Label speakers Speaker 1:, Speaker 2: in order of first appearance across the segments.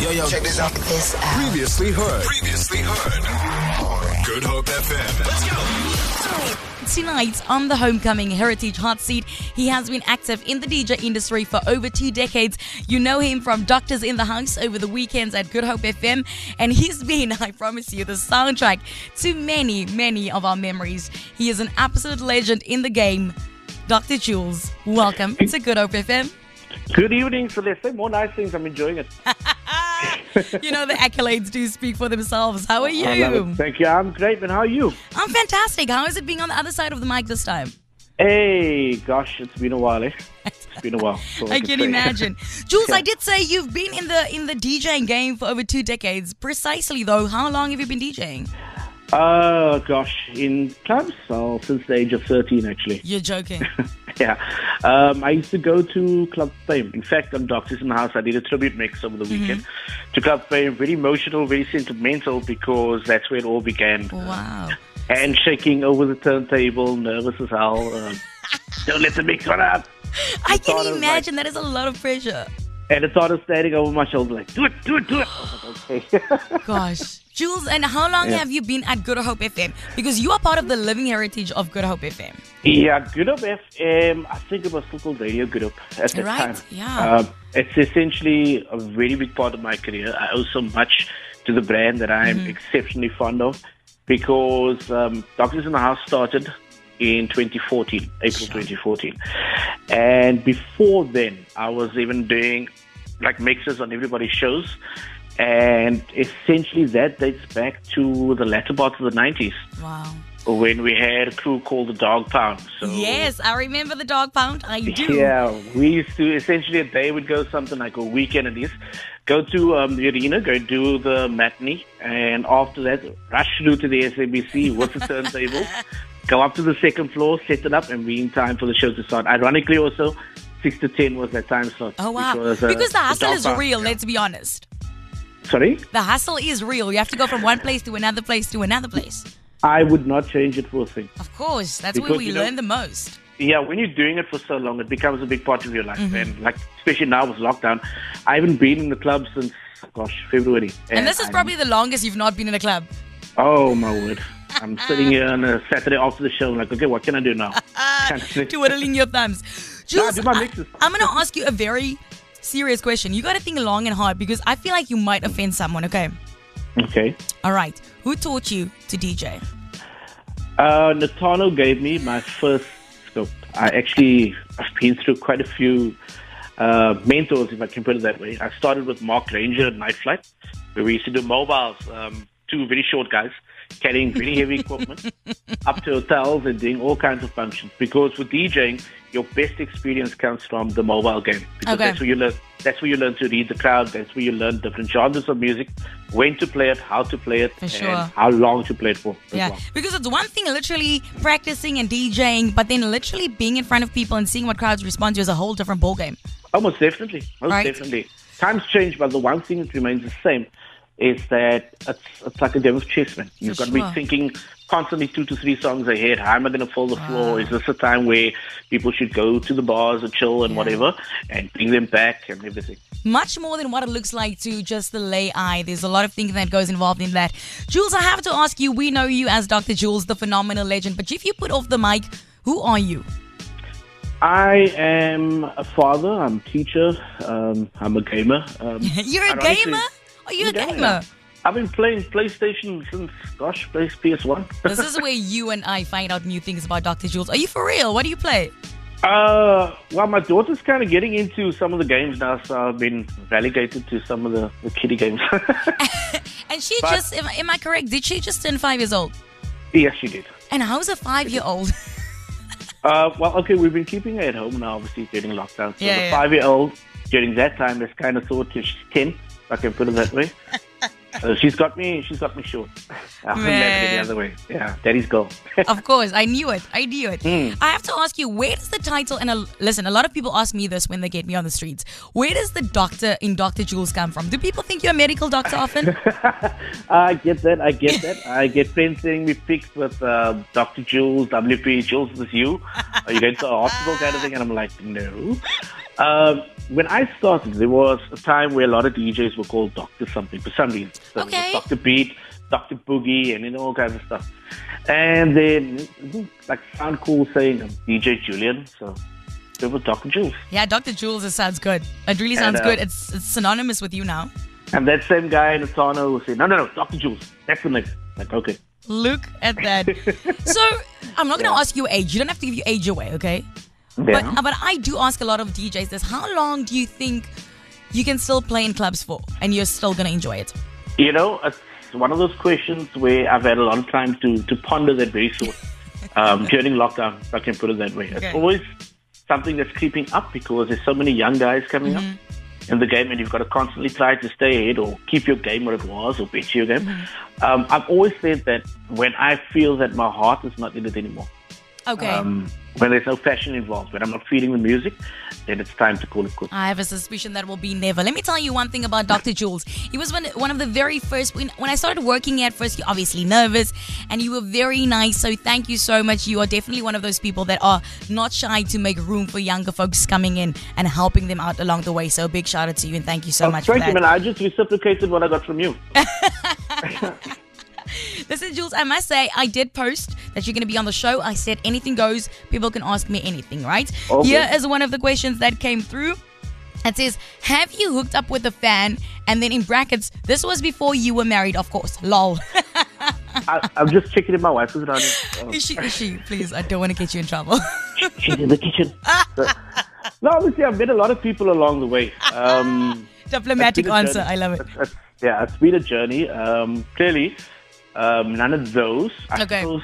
Speaker 1: Yo, yo, check this out.
Speaker 2: This out.
Speaker 1: Previously heard. Previously heard. Good Hope FM. Let's go.
Speaker 3: Tonight on the Homecoming Heritage Hot Seat, he has been active in the DJ industry for over two decades. You know him from Doctors in the House over the weekends at Good Hope FM, and he's been, I promise you, the soundtrack to many, many of our memories. He is an absolute legend in the game. Dr. Jules, welcome to Good Hope FM.
Speaker 4: Good evening, Celeste. More nice things. I'm enjoying it.
Speaker 3: you know the accolades do speak for themselves. How are you?
Speaker 4: I love it. Thank you. I'm great. And how are you?
Speaker 3: I'm fantastic. How is it being on the other side of the mic this time?
Speaker 4: Hey, gosh, it's been a while, eh? It's been a while. so
Speaker 3: I can
Speaker 4: say.
Speaker 3: imagine. Jules, I did say you've been in the in the DJing game for over two decades. Precisely though, how long have you been DJing?
Speaker 4: Uh, gosh, in clubs oh, since the age of 13, actually.
Speaker 3: You're joking.
Speaker 4: Yeah. Um, I used to go to Club Fame. In fact, on Doctors in the House, I did a tribute mix over the weekend
Speaker 3: Mm-hmm.
Speaker 4: to Club Fame. Very emotional, very sentimental, because that's where it all began.
Speaker 3: wow.
Speaker 4: Handshaking over the turntable, nervous as hell. Um, don't let the mix run out.
Speaker 3: I
Speaker 4: thought of,
Speaker 3: can
Speaker 4: like-
Speaker 3: imagine that is a lot of pressure.
Speaker 4: And it's sort of standing over my shoulder, like, do it, do it, do it. I was like, okay.
Speaker 3: Gosh. Jules, and how long have you been at Good Hope FM? Because you are part of the living heritage of Good Hope FM.
Speaker 4: Yeah, Good Up FM. I think it was still called Radio Good Up at that
Speaker 3: Right,
Speaker 4: time.
Speaker 3: yeah.
Speaker 4: Um, it's essentially a very big part of my career. I owe so much to the brand that I'm
Speaker 3: Mm-hmm.
Speaker 4: exceptionally fond of because um, Doctors in the House started in 2014, April 2014. And before then, I was even doing like mixes on everybody's shows. And essentially, that dates back to the latter part of the 90s
Speaker 3: Wow.
Speaker 4: when we had a crew called the Dog Pound. So
Speaker 3: Yes, I remember the dog pound. I do.
Speaker 4: Yeah, we used to essentially a day would go something like a weekend at least, go to um, the arena, go do the matinee, and after that rush through to the SABC with the turntable, go up to the second floor, set it up, and be in time for the show to start. Ironically, also six to ten was that time slot.
Speaker 3: Oh wow!
Speaker 4: which
Speaker 3: Because,
Speaker 4: was, uh,
Speaker 3: the hustle
Speaker 4: Dog
Speaker 3: is
Speaker 4: Pound.
Speaker 3: real. Let's be honest.
Speaker 4: Sorry,
Speaker 3: The hustle is real. You have to go from one place to another place to another place.
Speaker 4: I would not change it for a thing.
Speaker 3: Of course, that's where
Speaker 4: Because,
Speaker 3: we
Speaker 4: you know-
Speaker 3: learn the most.
Speaker 4: yeah, when you're doing it for so long, it becomes a big part of your life.
Speaker 3: Mm-hmm.
Speaker 4: And like, especially now with lockdown, I haven't been in the club since, gosh, February.
Speaker 3: And this is
Speaker 4: I'm-
Speaker 3: probably the longest you've not been in a club.
Speaker 4: oh my word! I'm sitting here on a Saturday after the show. I'm like, okay, what can I do now?
Speaker 3: Twiddling your thumbs. Jules,
Speaker 4: Uh, do my
Speaker 3: I-
Speaker 4: mixes.
Speaker 3: I'm going to ask you a very serious question. You got to think long and hard because I feel like you might offend someone, okay?
Speaker 4: okay.
Speaker 3: All right. Who taught you to DJ?
Speaker 4: Uh, Natano gave me my first scope. I actually I've been through quite a few uh, mentors, if I can put it that way. I started with Mark Ranger at Night Flight, where we used to do mobiles, um, two very short guys carrying very heavy equipment up to hotels and doing all kinds of functions. Because with DJing, your best experience comes from the mobile game. Because
Speaker 3: Okay.
Speaker 4: that's where you learn. That's where you learn to read the crowd. That's where you learn different genres of music, when to play it, how to play it,
Speaker 3: For sure.
Speaker 4: and how long to play it for. as
Speaker 3: Yeah,
Speaker 4: well.
Speaker 3: because it's one thing literally practicing and DJing, but then literally being in front of people and seeing what crowds respond to is a whole different ballgame.
Speaker 4: Oh, most definitely. Most
Speaker 3: Right.
Speaker 4: definitely. Times change, but the one thing that remains the same is that it's, it's like a game of chessmen. You've got to
Speaker 3: sure.
Speaker 4: be thinking constantly two to three songs ahead. How am I going to fill the floor? Is this a time where people should go to the bars or chill and whatever and bring them back and everything?
Speaker 3: Much more than what it looks like to just the lay eye. There's a lot of thinking that goes involved in that. Jules, I have to ask you, we know you as Dr. Jules, the phenomenal legend, but if you put off the mic, who are you?
Speaker 4: I am a father. I'm a teacher. Um, I'm a gamer. Um,
Speaker 3: You're a
Speaker 4: ironically-
Speaker 3: gamer? Are you a
Speaker 4: I'm
Speaker 3: gamer?
Speaker 4: I've been playing PlayStation since, gosh, plays PS1.
Speaker 3: this is where you and I find out new things about Dr. Jules. Are you for real? What do you play?
Speaker 4: Uh, well, my daughter's kind of getting into some of the games now, so I've been relegated to some of the, the kiddie games.
Speaker 3: And she
Speaker 4: But-
Speaker 3: just, am, am I correct? Did she just turn five years old?
Speaker 4: yes, she did.
Speaker 3: And how's a five year old?
Speaker 4: Uh, well, okay, we've been keeping her at home now, obviously, during lockdown. So
Speaker 3: Yeah,
Speaker 4: the
Speaker 3: yeah.
Speaker 4: five year old, during that time, has kind of thought she's 10, if I can put it that way. Uh, she's got me. She's got me short. I couldn't have it any
Speaker 3: Man.
Speaker 4: other way. Yeah, daddy's girl.
Speaker 3: Of course, I knew it. I knew it.
Speaker 4: Hmm.
Speaker 3: I have to ask you, where does the title and a, listen? A lot of people ask me this when they get me on the streets. Where does the doctor in Doctor Jules come from? Do people think you're a medical doctor often?
Speaker 4: I get that. I get that. I get friends sending me pics with uh, Dr. Jules, WP, Jules, is this you? Are you going to a hospital kind of thing? And I'm like, no. Um, when I started, there was a time where a lot of DJs were called Doctor something for some reason. So
Speaker 3: Okay.
Speaker 4: Doctor Beat, Doctor Boogie, and you know all kinds of stuff. And then like sound cool saying um, DJ Julian, so there was Doctor Jules.
Speaker 3: Yeah, Dr. Jules, it sounds good. It really sounds
Speaker 4: know.
Speaker 3: good. It's, it's synonymous with you now.
Speaker 4: And that same guy in Asano will say, no, no, no, Doctor Jules, that's the name. Like okay,
Speaker 3: Look at that. so I'm not going to ask you age. You don't have to give your age away, okay?
Speaker 4: yeah.
Speaker 3: But but I do ask a lot of DJs this: How long do you think you can still play in clubs for, and you're still gonna enjoy it?
Speaker 4: You know, uh, it's one of those questions where I've had a lot of time to, to ponder that very soon. Um, during lockdown, if I can put it that way.
Speaker 3: Okay.
Speaker 4: It's always something that's creeping up because there's so many young guys coming up
Speaker 3: Mm-hmm.
Speaker 4: in the game and you've got to constantly try to stay ahead or keep your game where it was or beat your game.
Speaker 3: Mm-hmm.
Speaker 4: Um, I've always said that when I feel that my heart is not in it anymore,
Speaker 3: Okay.
Speaker 4: um, when there's no passion involved, when I'm not feeling the music, then it's time to call it quits.
Speaker 3: I have a suspicion that will be never. Let me tell you one thing about Dr. Jules. He was one, one of the very first, when, when I started working here at first, you're obviously nervous and you were very nice. So thank you so much. You are definitely one of those people that are not shy to make room for younger folks coming in and helping them out along the way. So big shout out to you and thank you so much for
Speaker 4: Oh, Thank you,
Speaker 3: that.
Speaker 4: man. I just reciprocated what I got from you.
Speaker 3: Listen, Jules, I must say, I did post that you're going to be on the show. I said anything goes. People can ask me anything, right?
Speaker 4: Okay.
Speaker 3: Here is one of the questions that came through. It says, Have you hooked up with a fan? And then in brackets, this was before you were married, of course. Lol.
Speaker 4: I, I'm just checking if my wife is around. Um,
Speaker 3: is she, is she? Please, I don't want to get you in trouble.
Speaker 4: she's in the kitchen. But- no, obviously, I've met a lot of people along the way. Um, it's been
Speaker 3: Diplomatic
Speaker 4: a
Speaker 3: answer.
Speaker 4: journey.
Speaker 3: I love it.
Speaker 4: It's- it's- yeah, it's been a journey. Um, clearly, um, none of those. I
Speaker 3: Okay.
Speaker 4: Suppose,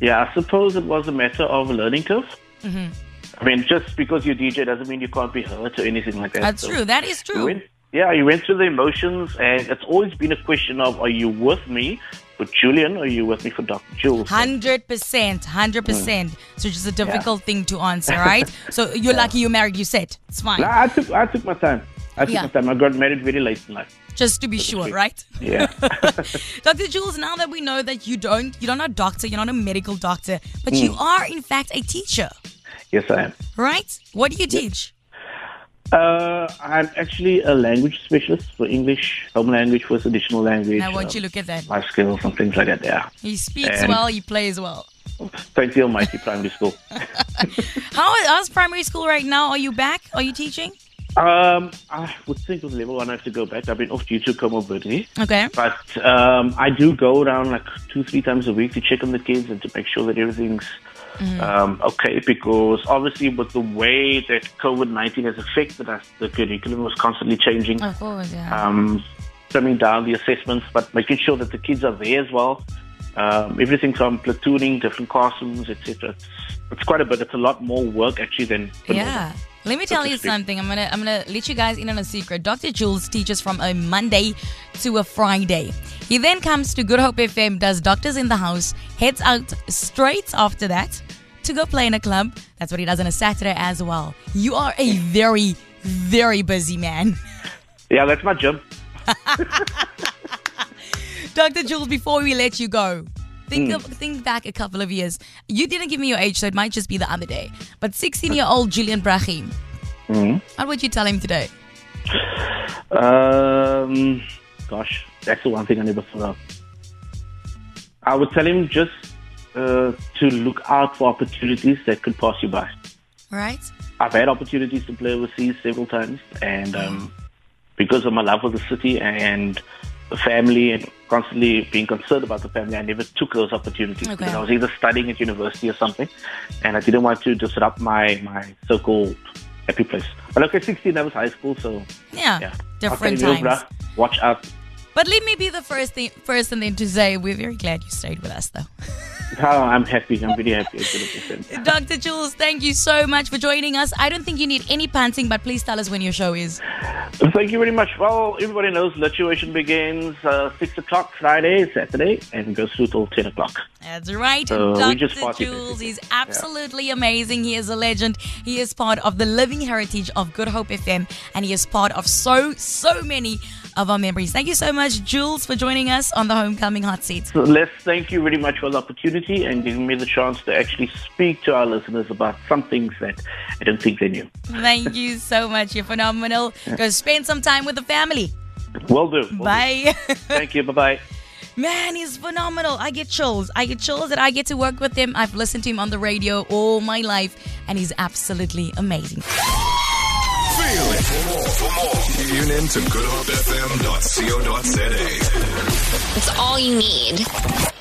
Speaker 4: yeah, I suppose it was a matter of a learning curve.
Speaker 3: Mm-hmm.
Speaker 4: I mean, just because you're DJ doesn't mean you can't be hurt or anything like that.
Speaker 3: That's
Speaker 4: So
Speaker 3: true. That is
Speaker 4: You
Speaker 3: true.
Speaker 4: went, yeah, you went through the emotions, and it's always been a question of are you with me for Julian or are you with me for Dr. Jules?
Speaker 3: Hundred percent, hundred percent. So just a difficult thing to answer, right? So you're lucky you're married. You said it's fine,
Speaker 4: No, I took I took my time. I took
Speaker 3: Yeah.
Speaker 4: my time. I got married very late in life.
Speaker 3: just to be sure, right?
Speaker 4: Yeah.
Speaker 3: Dr. Jules, now that we know that you don't, you're not a doctor, you're not a medical doctor, but you are in fact a teacher,
Speaker 4: yes, I am.
Speaker 3: right? What do you teach?
Speaker 4: Uh, I'm actually a language specialist for English, home language first additional language.
Speaker 3: Now, won't
Speaker 4: um,
Speaker 3: you look at that?
Speaker 4: Life skills and things like that. Yeah.
Speaker 3: He speaks
Speaker 4: and-
Speaker 3: well, he plays well.
Speaker 4: Thank you, Almighty Primary School.
Speaker 3: How, how's primary school right now? Are you back? Are you teaching?
Speaker 4: Um, I would think with level one, I have to go back. I've been off due to comorbidity.
Speaker 3: Okay.
Speaker 4: But um, I do go around like two, three times a week to check on the kids and to make sure that everything's um, okay. Because obviously, with the way that COVID 19 has affected us, the curriculum was constantly changing,
Speaker 3: Of course, yeah.
Speaker 4: um, trimming down the assessments, but making sure that the kids are there as well. Um, everything from platooning, different classrooms, etc. It's, it's quite a bit. It's a lot more work actually than. than
Speaker 3: Yeah. Let me tell you
Speaker 4: Statistic.
Speaker 3: something. I'm gonna I'm gonna let you guys in on a secret. Dr. Jules teaches from a Monday to a Friday. He then comes to Good Hope FM, does Doctors in the House, heads out straight after that to go play in a club. That's what he does on a Saturday as well. You are a very, very busy man.
Speaker 4: Yeah, that's my gym.
Speaker 3: Dr. Jules, before we let you go, think of, think back a couple of years. You didn't give me your age, so it might just be the other day. But 16 year old Julian Brahim, what would you tell him today?
Speaker 4: Um, gosh, that's the one thing I never forgot. I would tell him just uh, to look out for opportunities that could pass you by.
Speaker 3: Right?
Speaker 4: I've had opportunities to play overseas several times, and um, because of my love for the city and the family, and constantly being concerned about the family, I never took those opportunities
Speaker 3: Okay.
Speaker 4: because I was either studying at university or something, and I didn't want to disrupt my my so-called happy place. But like at 16, that was high school, so
Speaker 3: Yeah,
Speaker 4: yeah.
Speaker 3: different
Speaker 4: Okay,
Speaker 3: times.
Speaker 4: Lil Bruh, watch out.
Speaker 3: But let me be the first thing, person then to say we're very glad you stayed with us, though.
Speaker 4: Oh, I'm happy. I'm really happy. 100%.
Speaker 3: Dr. Jules, thank you so much for joining us. I don't think you need any panting, but please tell us when your show is.
Speaker 4: Thank you very much. Well, everybody knows Lituation begins uh, 6 o'clock Friday, Saturday, and goes through till 10 o'clock.
Speaker 3: That's right.
Speaker 4: So we
Speaker 3: Dr.
Speaker 4: just party,
Speaker 3: Jules
Speaker 4: basically.
Speaker 3: is absolutely amazing. He is a legend. He is part of the living heritage of Good Hope FM and he is part of so, so many of our memories. Thank you so much, Jules, for joining us on the Homecoming Hot Seat.
Speaker 4: So Les, thank you very much for the opportunity and giving me the chance to actually speak to our listeners about some things that I don't think they knew.
Speaker 3: Thank you so much. You're phenomenal. Go spend some time with the family.
Speaker 4: Well do. Will do.
Speaker 3: Bye.
Speaker 4: Thank you. Bye-bye.
Speaker 3: Man, he's phenomenal. I get chills. I get chills that I get to work with him. I've listened to him on the radio all my life, and he's absolutely amazing.
Speaker 1: Feel it. For more, for more, tune in to goodhopefm.co.za.
Speaker 2: It's all you need.